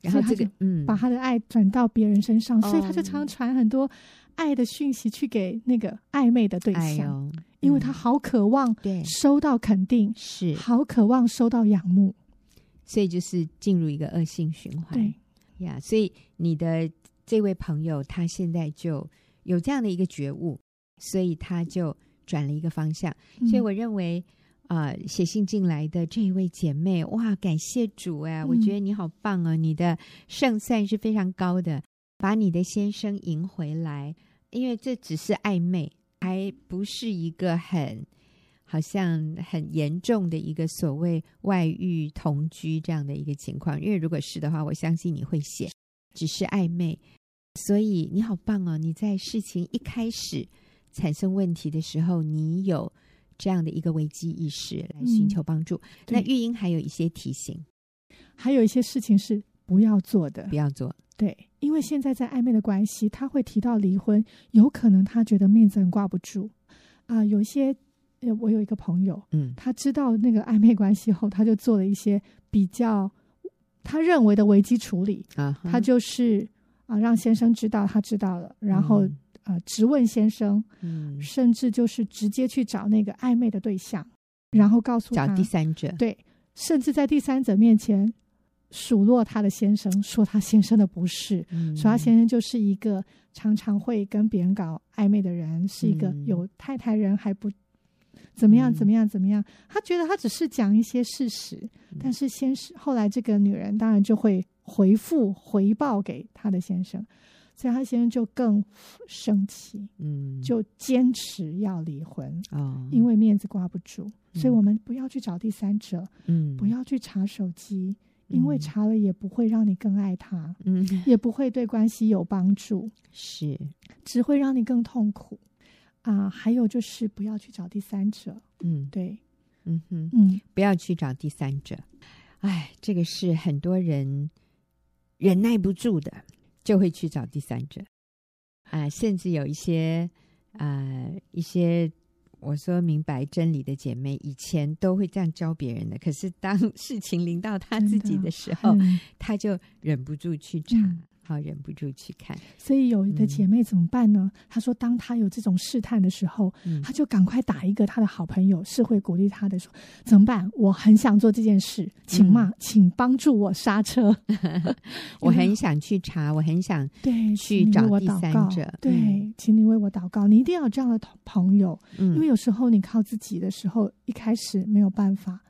[SPEAKER 1] 然
[SPEAKER 2] 所
[SPEAKER 1] 后
[SPEAKER 2] 以他
[SPEAKER 1] 这个
[SPEAKER 2] 就
[SPEAKER 1] 嗯，
[SPEAKER 2] 把他的爱转到别人身上，所以他就
[SPEAKER 1] 哦
[SPEAKER 2] 常传很多爱的讯息去给那个暧昧的对
[SPEAKER 1] 哎
[SPEAKER 2] 象，
[SPEAKER 1] 呦，
[SPEAKER 2] 因为
[SPEAKER 1] 嗯
[SPEAKER 2] 他好渴望
[SPEAKER 1] 对
[SPEAKER 2] 收到肯定，
[SPEAKER 1] 是，
[SPEAKER 2] 好渴望收到仰慕。
[SPEAKER 1] 所以就是进入一个恶性循环，
[SPEAKER 2] 对，
[SPEAKER 1] 呀所以你的这位朋友他现在就有这样的一个觉悟，所以他就转了一个方向。
[SPEAKER 2] 嗯
[SPEAKER 1] 所以我认为，呃，写信进来的这一位姐妹，哇，感谢主哎、我觉得你好棒哦，你的胜算是非常高的，把你的先生赢回来，因为这只是暧昧，还不是一个很。好像很严重的一个所谓外遇同居这样的一个情况，因为如果是的话，我相信你会写，只是暧昧，所以你好棒哦！你在事情一开始产生问题的时候，你有这样的一个危机意识来寻求帮助。那
[SPEAKER 2] 嗯对
[SPEAKER 1] 玉英还有一些提醒，
[SPEAKER 2] 嗯还有一些事情是不要做的
[SPEAKER 1] 不，要做。
[SPEAKER 2] 对，因为现在在暧昧的关系，他会提到离婚，有可能他觉得面子很挂不住啊、有一些，呃，我有一个朋友，
[SPEAKER 1] 嗯
[SPEAKER 2] 他知道那个暧昧关系后，他就做了一些比较他认为的危机处理，
[SPEAKER 1] 啊哈，
[SPEAKER 2] 他就是啊、让先生知道他知道了，然后
[SPEAKER 1] 嗯
[SPEAKER 2] 啊、质问先生，
[SPEAKER 1] 嗯
[SPEAKER 2] 甚至就是直接去找那个暧昧的对象，然后告诉
[SPEAKER 1] 找
[SPEAKER 2] 他，
[SPEAKER 1] 第三者，
[SPEAKER 2] 对，甚至在第三者面前数落他的先生，说他先生的不是。
[SPEAKER 1] 嗯
[SPEAKER 2] 说他先生就是一个常常会跟别人搞暧昧的人，是一个
[SPEAKER 1] 嗯
[SPEAKER 2] 有太太人还不怎么样
[SPEAKER 1] 嗯
[SPEAKER 2] 怎么样怎么样。他觉得他只是讲一些事实，
[SPEAKER 1] 嗯
[SPEAKER 2] 但是先是后来这个女人当然就会回复回报给他的先生，所以他先生就更生气，
[SPEAKER 1] 嗯
[SPEAKER 2] 就坚持要离婚，
[SPEAKER 1] 哦，
[SPEAKER 2] 因为面子挂不住。所以
[SPEAKER 1] 嗯
[SPEAKER 2] 我们不要去找第三者，
[SPEAKER 1] 嗯
[SPEAKER 2] 不要去查手机，因为
[SPEAKER 1] 嗯
[SPEAKER 2] 查了也不会让你更爱他，
[SPEAKER 1] 嗯
[SPEAKER 2] 也不会对关系有帮助。
[SPEAKER 1] 是
[SPEAKER 2] 只会让你更痛苦啊、还有就是不要去找第三者，
[SPEAKER 1] 嗯
[SPEAKER 2] 对，
[SPEAKER 1] 嗯哼。
[SPEAKER 2] 嗯，
[SPEAKER 1] 不要去找第三者。哎，这个是很多人忍耐不住的，就会去找第三者啊、甚至有一些啊、一些我说明白真理的姐妹，以前都会这样教别人的，可是当事情临到她自己的时候，
[SPEAKER 2] 嗯
[SPEAKER 1] 她就忍不住去查
[SPEAKER 2] 嗯，
[SPEAKER 1] 好、忍不住去看，
[SPEAKER 2] 所以有的
[SPEAKER 1] 嗯
[SPEAKER 2] 姐妹怎么办呢？她说，当她有这种试探的时候，
[SPEAKER 1] 嗯
[SPEAKER 2] 她就赶快打一个她的好朋友，是会鼓励她的说：“怎么办？我很想做这件
[SPEAKER 1] 嗯
[SPEAKER 2] 事，请嘛，请帮助我刹车。
[SPEAKER 1] 我很想去查，我很想”
[SPEAKER 2] 对，
[SPEAKER 1] 去
[SPEAKER 2] 请你
[SPEAKER 1] 找
[SPEAKER 2] 为我
[SPEAKER 1] 第
[SPEAKER 2] 祷
[SPEAKER 1] 三
[SPEAKER 2] 告
[SPEAKER 1] 者
[SPEAKER 2] 对
[SPEAKER 1] 嗯，
[SPEAKER 2] 请你为我祷告。你一定要有这样的同朋友，因为
[SPEAKER 1] 嗯
[SPEAKER 2] 有时候你靠自己的时候，一开始没有办法。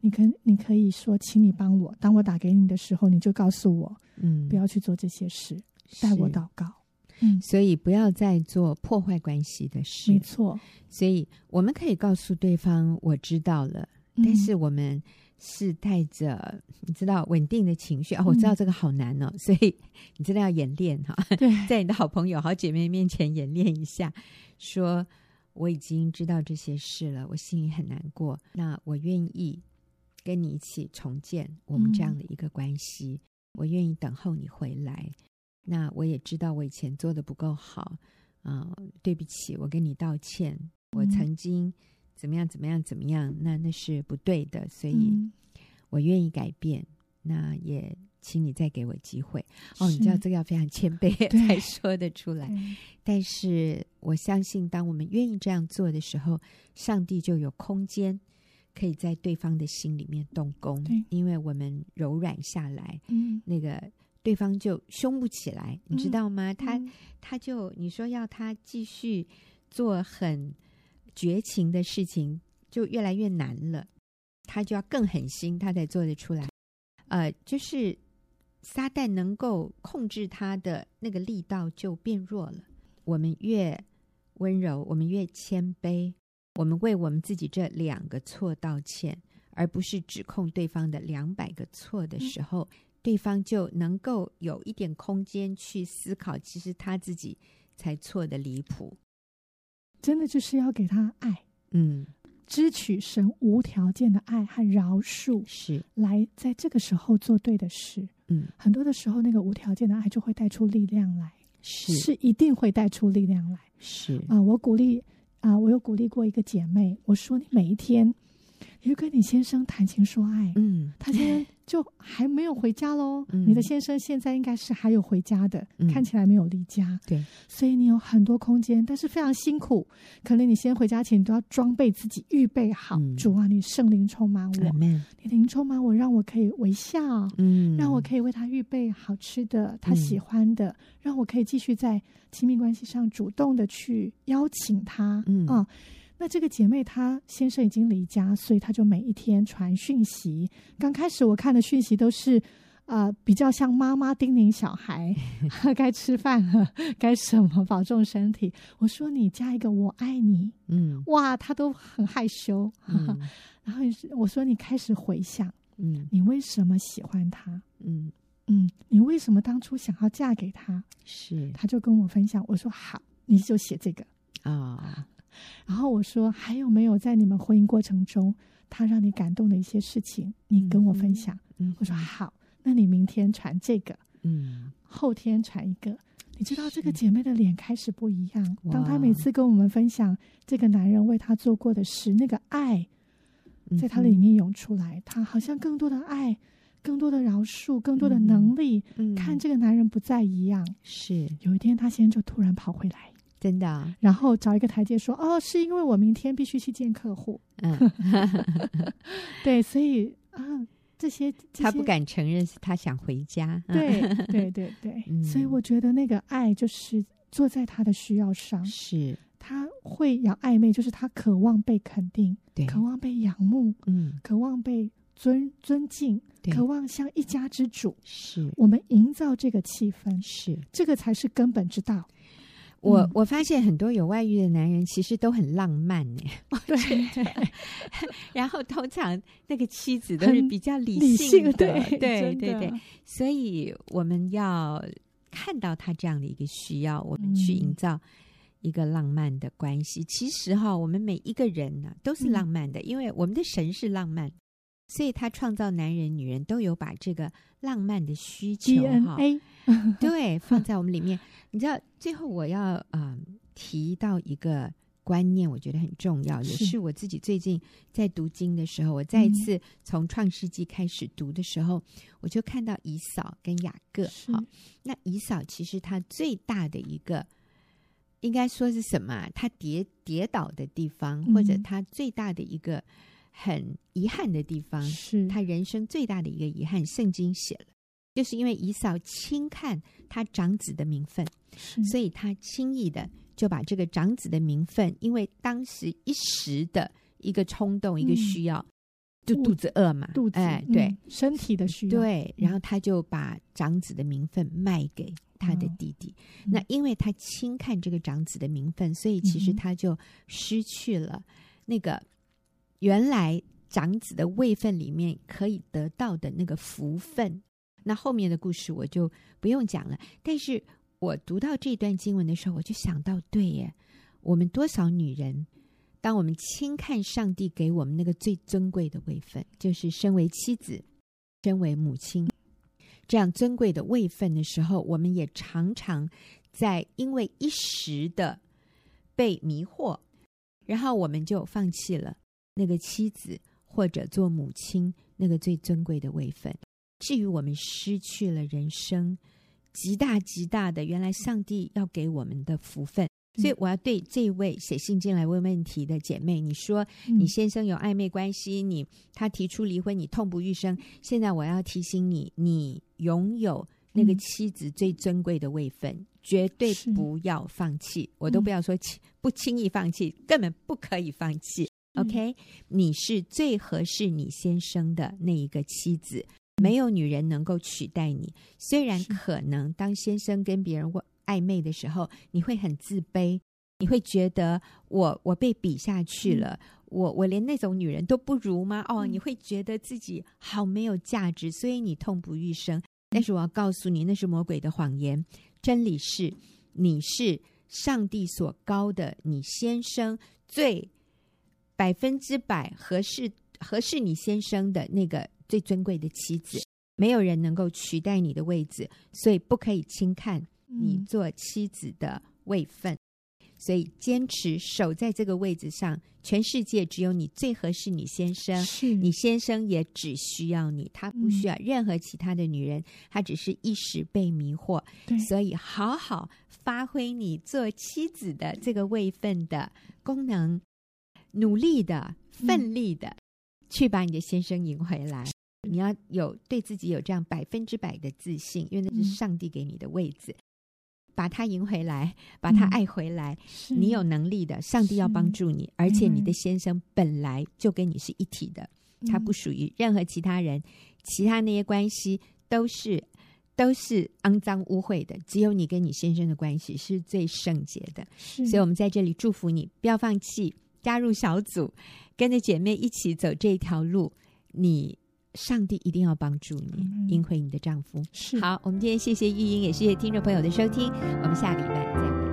[SPEAKER 2] 你可你可以说，请你帮我。当我打给你的时候，你就告诉我
[SPEAKER 1] 嗯
[SPEAKER 2] 不要去做这些事，代我
[SPEAKER 1] 是
[SPEAKER 2] 祷告。嗯，
[SPEAKER 1] 所以不要再做破坏关系的
[SPEAKER 2] 没
[SPEAKER 1] 事。
[SPEAKER 2] 错。
[SPEAKER 1] 所以我们可以告诉对方我知道了，但
[SPEAKER 2] 嗯
[SPEAKER 1] 是我们是带着你知道稳定的情绪哦，我知道
[SPEAKER 2] 嗯
[SPEAKER 1] 这个好难哦， 所以你真的要演练哈，
[SPEAKER 2] 对，
[SPEAKER 1] 在你的好朋友、好姐妹面前演练一下，说我已经知道这些事了，我心里很难过，那我愿意跟你一起重建我们这样的一个关
[SPEAKER 2] 嗯
[SPEAKER 1] 系，我愿意等候你回来。那我也知道我以前做的不够好，啊、对不起，我跟你道歉，我
[SPEAKER 2] 嗯
[SPEAKER 1] 曾经怎么样怎么样怎么样，那那是不对的，所以
[SPEAKER 2] 嗯
[SPEAKER 1] 我愿意改变，那也请你再给我机会。哦，你知道
[SPEAKER 2] 是
[SPEAKER 1] 这个要非常谦卑
[SPEAKER 2] 对
[SPEAKER 1] 才说得出来。
[SPEAKER 2] 对
[SPEAKER 1] 但是我相信，当我们愿意这样做的时候，上帝就有空间可以在对方的心里面动工
[SPEAKER 2] 对，
[SPEAKER 1] 因为我们柔软下来，
[SPEAKER 2] 嗯，
[SPEAKER 1] 那个对方就凶不起来，你知
[SPEAKER 2] 嗯
[SPEAKER 1] 道吗？他
[SPEAKER 2] 嗯
[SPEAKER 1] 他就你说要他继续做很绝情的事情，就越来越难了。他就要更狠心，他才做得出来。呃，就是撒旦能够控制他的那个力道就变弱了。我们越温柔，我们越谦卑，我们为我们自己这两个错道歉，而不是指控对方的两百个错的时候，对方就能够有一点空间去思考，其实他自己才错的离谱。
[SPEAKER 2] 真的就是要给他爱，
[SPEAKER 1] 嗯，
[SPEAKER 2] 支取神无条件的爱和饶恕，
[SPEAKER 1] 是，
[SPEAKER 2] 来在这个时候做对的事。
[SPEAKER 1] 嗯，
[SPEAKER 2] 很多的时候，那个无条件的爱就会带出力量来，
[SPEAKER 1] 是，
[SPEAKER 2] 是一定会带出力量来
[SPEAKER 1] 是，
[SPEAKER 2] 啊、我鼓励啊、我有鼓励过一个姐妹，我说你每一天，你就跟你先生谈情说爱，
[SPEAKER 1] 嗯，
[SPEAKER 2] 他 现在就还没有回家喽。
[SPEAKER 1] 嗯
[SPEAKER 2] 你的先生现在应该是还有回家的，
[SPEAKER 1] 嗯
[SPEAKER 2] 看起来没有离家。
[SPEAKER 1] 对，
[SPEAKER 2] 所以你有很多空间，但是非常辛苦。可能你先回家前，你都要装备自己，预备好。
[SPEAKER 1] 嗯
[SPEAKER 2] 主啊，你圣灵充满我，
[SPEAKER 1] 我们，
[SPEAKER 2] 你灵充满我，让我可以微笑，
[SPEAKER 1] 嗯，
[SPEAKER 2] 让我可以为他预备好吃的，他
[SPEAKER 1] 嗯
[SPEAKER 2] 喜欢的，让我可以继续在亲密关系上主动的去邀请他。
[SPEAKER 1] 嗯
[SPEAKER 2] 啊、那这个姐妹她先生已经离家，所以她就每一天传讯息。刚开始我看的讯息都是。呃，比较像妈妈叮咛 小孩，该吃饭了，该什么保重身体。我说你加一个我爱你，
[SPEAKER 1] 嗯，
[SPEAKER 2] 哇，她都很害羞。
[SPEAKER 1] 嗯，
[SPEAKER 2] 然后我说你开始回想，
[SPEAKER 1] 嗯，
[SPEAKER 2] 你为什么喜欢他？
[SPEAKER 1] 嗯，
[SPEAKER 2] 嗯，你为什么当初想要嫁给他？
[SPEAKER 1] 是
[SPEAKER 2] 他就跟我分享，我说好，你就写这个。
[SPEAKER 1] 啊，
[SPEAKER 2] 然后我说还有没有在你们婚姻过程中，他让你感动的一些事情，你跟我分享。
[SPEAKER 1] 嗯
[SPEAKER 2] 我说好，那你明天传这个，
[SPEAKER 1] 嗯，
[SPEAKER 2] 后天传一个。你知道这个
[SPEAKER 1] 是
[SPEAKER 2] 姐妹的脸开始不一样，当她
[SPEAKER 1] 哇
[SPEAKER 2] 每次跟我们分享这个男人为她做过的事，那个爱
[SPEAKER 1] 嗯
[SPEAKER 2] 在她里，面涌出来，她好像更多的爱。更多的饶恕，更多的
[SPEAKER 1] 嗯
[SPEAKER 2] 能力，
[SPEAKER 1] 嗯
[SPEAKER 2] 看这个男人不再一样。
[SPEAKER 1] 是
[SPEAKER 2] 有一天，他先生就突然跑回来，
[SPEAKER 1] 真的 啊，
[SPEAKER 2] 然后找一个台阶说：“哦，是因为我明天必须去见客户。
[SPEAKER 1] 嗯，”
[SPEAKER 2] 对，所以啊，这些这些
[SPEAKER 1] 他不。敢承认是他想回家，嗯，
[SPEAKER 2] 对 对对对，
[SPEAKER 1] 嗯
[SPEAKER 2] 所以我觉得那个爱就是坐在他的需要上，
[SPEAKER 1] 是，
[SPEAKER 2] 他会有暧昧，就是他渴望被肯定，
[SPEAKER 1] 对，
[SPEAKER 2] 渴望被仰慕，
[SPEAKER 1] 嗯，
[SPEAKER 2] 渴望被尊尊敬，
[SPEAKER 1] 对，
[SPEAKER 2] 渴望像一家之主。
[SPEAKER 1] 是
[SPEAKER 2] 我们营造这个气氛，
[SPEAKER 1] 是。
[SPEAKER 2] 这个才是根本之道。
[SPEAKER 1] 我
[SPEAKER 2] 嗯
[SPEAKER 1] 我发现很多有外遇的男人其实都很浪漫 呢，
[SPEAKER 2] 对，
[SPEAKER 1] 然后通常那个妻子都是
[SPEAKER 2] 很
[SPEAKER 1] 比较理
[SPEAKER 2] 理性
[SPEAKER 1] 的，
[SPEAKER 2] 对
[SPEAKER 1] 对
[SPEAKER 2] 真
[SPEAKER 1] 对
[SPEAKER 2] 的
[SPEAKER 1] 对，所以我们要看到他这样的一个需要，我们去
[SPEAKER 2] 嗯
[SPEAKER 1] 营造一个浪漫的关系。其实哈，我们每一个人呢、都是
[SPEAKER 2] 嗯
[SPEAKER 1] 浪漫的，因为我们的神是浪漫。所以他创造男人、女人都有把这个浪漫的需求哈，
[SPEAKER 2] DNA
[SPEAKER 1] 对，放在我们里面。 你知道，最后我要啊、呃提到一个观念，我觉得很重要，也
[SPEAKER 2] 是
[SPEAKER 1] 是我自己最近在读经的时候，我再一
[SPEAKER 3] 嗯
[SPEAKER 1] 次从创世纪开始读的时候，我就看到以扫跟雅各。
[SPEAKER 3] 是
[SPEAKER 1] 好，那以扫其实他最大的一个。应该说是什么啊、他跌跌倒的地方，或者
[SPEAKER 3] 嗯
[SPEAKER 1] 他最大的一个很遗憾的地方，
[SPEAKER 3] 是
[SPEAKER 1] 他人生最大的一个遗憾，圣经写了，就是因为以扫轻看他长子的名分，
[SPEAKER 3] 是
[SPEAKER 1] 所以他轻易的就把这个长子的名分，因为当时一时的一个冲动、一个需要，
[SPEAKER 3] 嗯
[SPEAKER 1] 就
[SPEAKER 3] 肚
[SPEAKER 1] 肚子饿嘛，
[SPEAKER 3] 肚子
[SPEAKER 1] 哎，对、
[SPEAKER 3] 嗯身体的需要，嗯
[SPEAKER 1] 对，然后他就把长子的名分卖给他的
[SPEAKER 3] 哇
[SPEAKER 1] 弟弟。
[SPEAKER 3] 嗯
[SPEAKER 1] 那因为他轻看这个长子的名分，所以其实
[SPEAKER 3] 嗯哼
[SPEAKER 1] 他就失去了那个原来长子的位分里面可以得到的那个福分。那后面的故事我就不用讲了。但是我读到这段经文的时候，我就想到，对耶，我们多少女人，当我们轻看上帝给我们那个最尊贵的位分，就是身为妻子、身为母亲这样尊贵的位分的时候，我们也常常在因为一时的被迷惑，然后我们就放弃了那个妻子或者做母亲那个最尊贵的位分。至于我们失去了人生极大极大的原来上帝要给我们的福分，
[SPEAKER 3] 嗯
[SPEAKER 1] 所以我要对这位写信进来问问题的姐妹，你说
[SPEAKER 3] 嗯
[SPEAKER 1] 你先生有暧昧关系，你他提出离婚，你痛不欲生。现在我要提醒你，你拥有那个
[SPEAKER 3] 嗯
[SPEAKER 1] 妻子最珍贵的位分，绝对
[SPEAKER 3] 是嗯
[SPEAKER 1] 不要放弃。我都不要说轻不轻易放弃，根本不可以放弃。
[SPEAKER 3] 嗯
[SPEAKER 1] OK，你是最合适你先生的那一个妻子，没有女人能够取代你。虽然
[SPEAKER 3] 嗯是
[SPEAKER 1] 可能当先生跟别人暧昧的时候，你会很自卑，你会觉得我我被比下去了，我我连那种女人都不如吗？哦，
[SPEAKER 3] 嗯
[SPEAKER 1] 你会觉得自己好没有价值，所以你痛不欲生。但是我要告诉你，那是魔鬼的谎言。真理是，你是上帝所高的，你先生最百分之百合适合适你先生的那个最尊贵的妻子，没有人能够取代你的位置，所以不可以轻看你
[SPEAKER 3] 嗯
[SPEAKER 1] 做妻子的位分。所以坚持守在这个位置上，全世界只有你最合适你先生，
[SPEAKER 3] 嗯是嗯
[SPEAKER 1] 你先生也只需要你，他不需要任何其他的女人，他只是一时被迷惑，
[SPEAKER 3] 对
[SPEAKER 1] 所以好好发挥你做妻子的这个位分的功能，努力的、奋力的、去把你的先生赢回来。你要有对自己有这样百分之百的自信，因为那是
[SPEAKER 3] 嗯
[SPEAKER 1] 上帝给你的位置，把他赢回来，把他
[SPEAKER 3] 嗯
[SPEAKER 1] 爱回来，
[SPEAKER 3] 是
[SPEAKER 1] 你有能力的，上帝要
[SPEAKER 3] 是
[SPEAKER 1] 帮助你，而且你
[SPEAKER 3] 嗯
[SPEAKER 1] 的先生本来就跟你是一体的，他
[SPEAKER 3] 嗯
[SPEAKER 1] 不属于任何其他人，其他那些关系都是都是肮脏污秽的，只有你跟你先生的关系是最圣洁的。
[SPEAKER 3] 是
[SPEAKER 1] 所以我们在这里祝福你，不要放弃，加入小组，跟着姐妹一起走这条路，你上帝一定要帮助你，
[SPEAKER 3] 嗯
[SPEAKER 1] 赢回你的丈夫。
[SPEAKER 3] 是
[SPEAKER 1] 好，我们今天谢谢玉英，也谢谢听众朋友的收听，我们下个礼拜再会。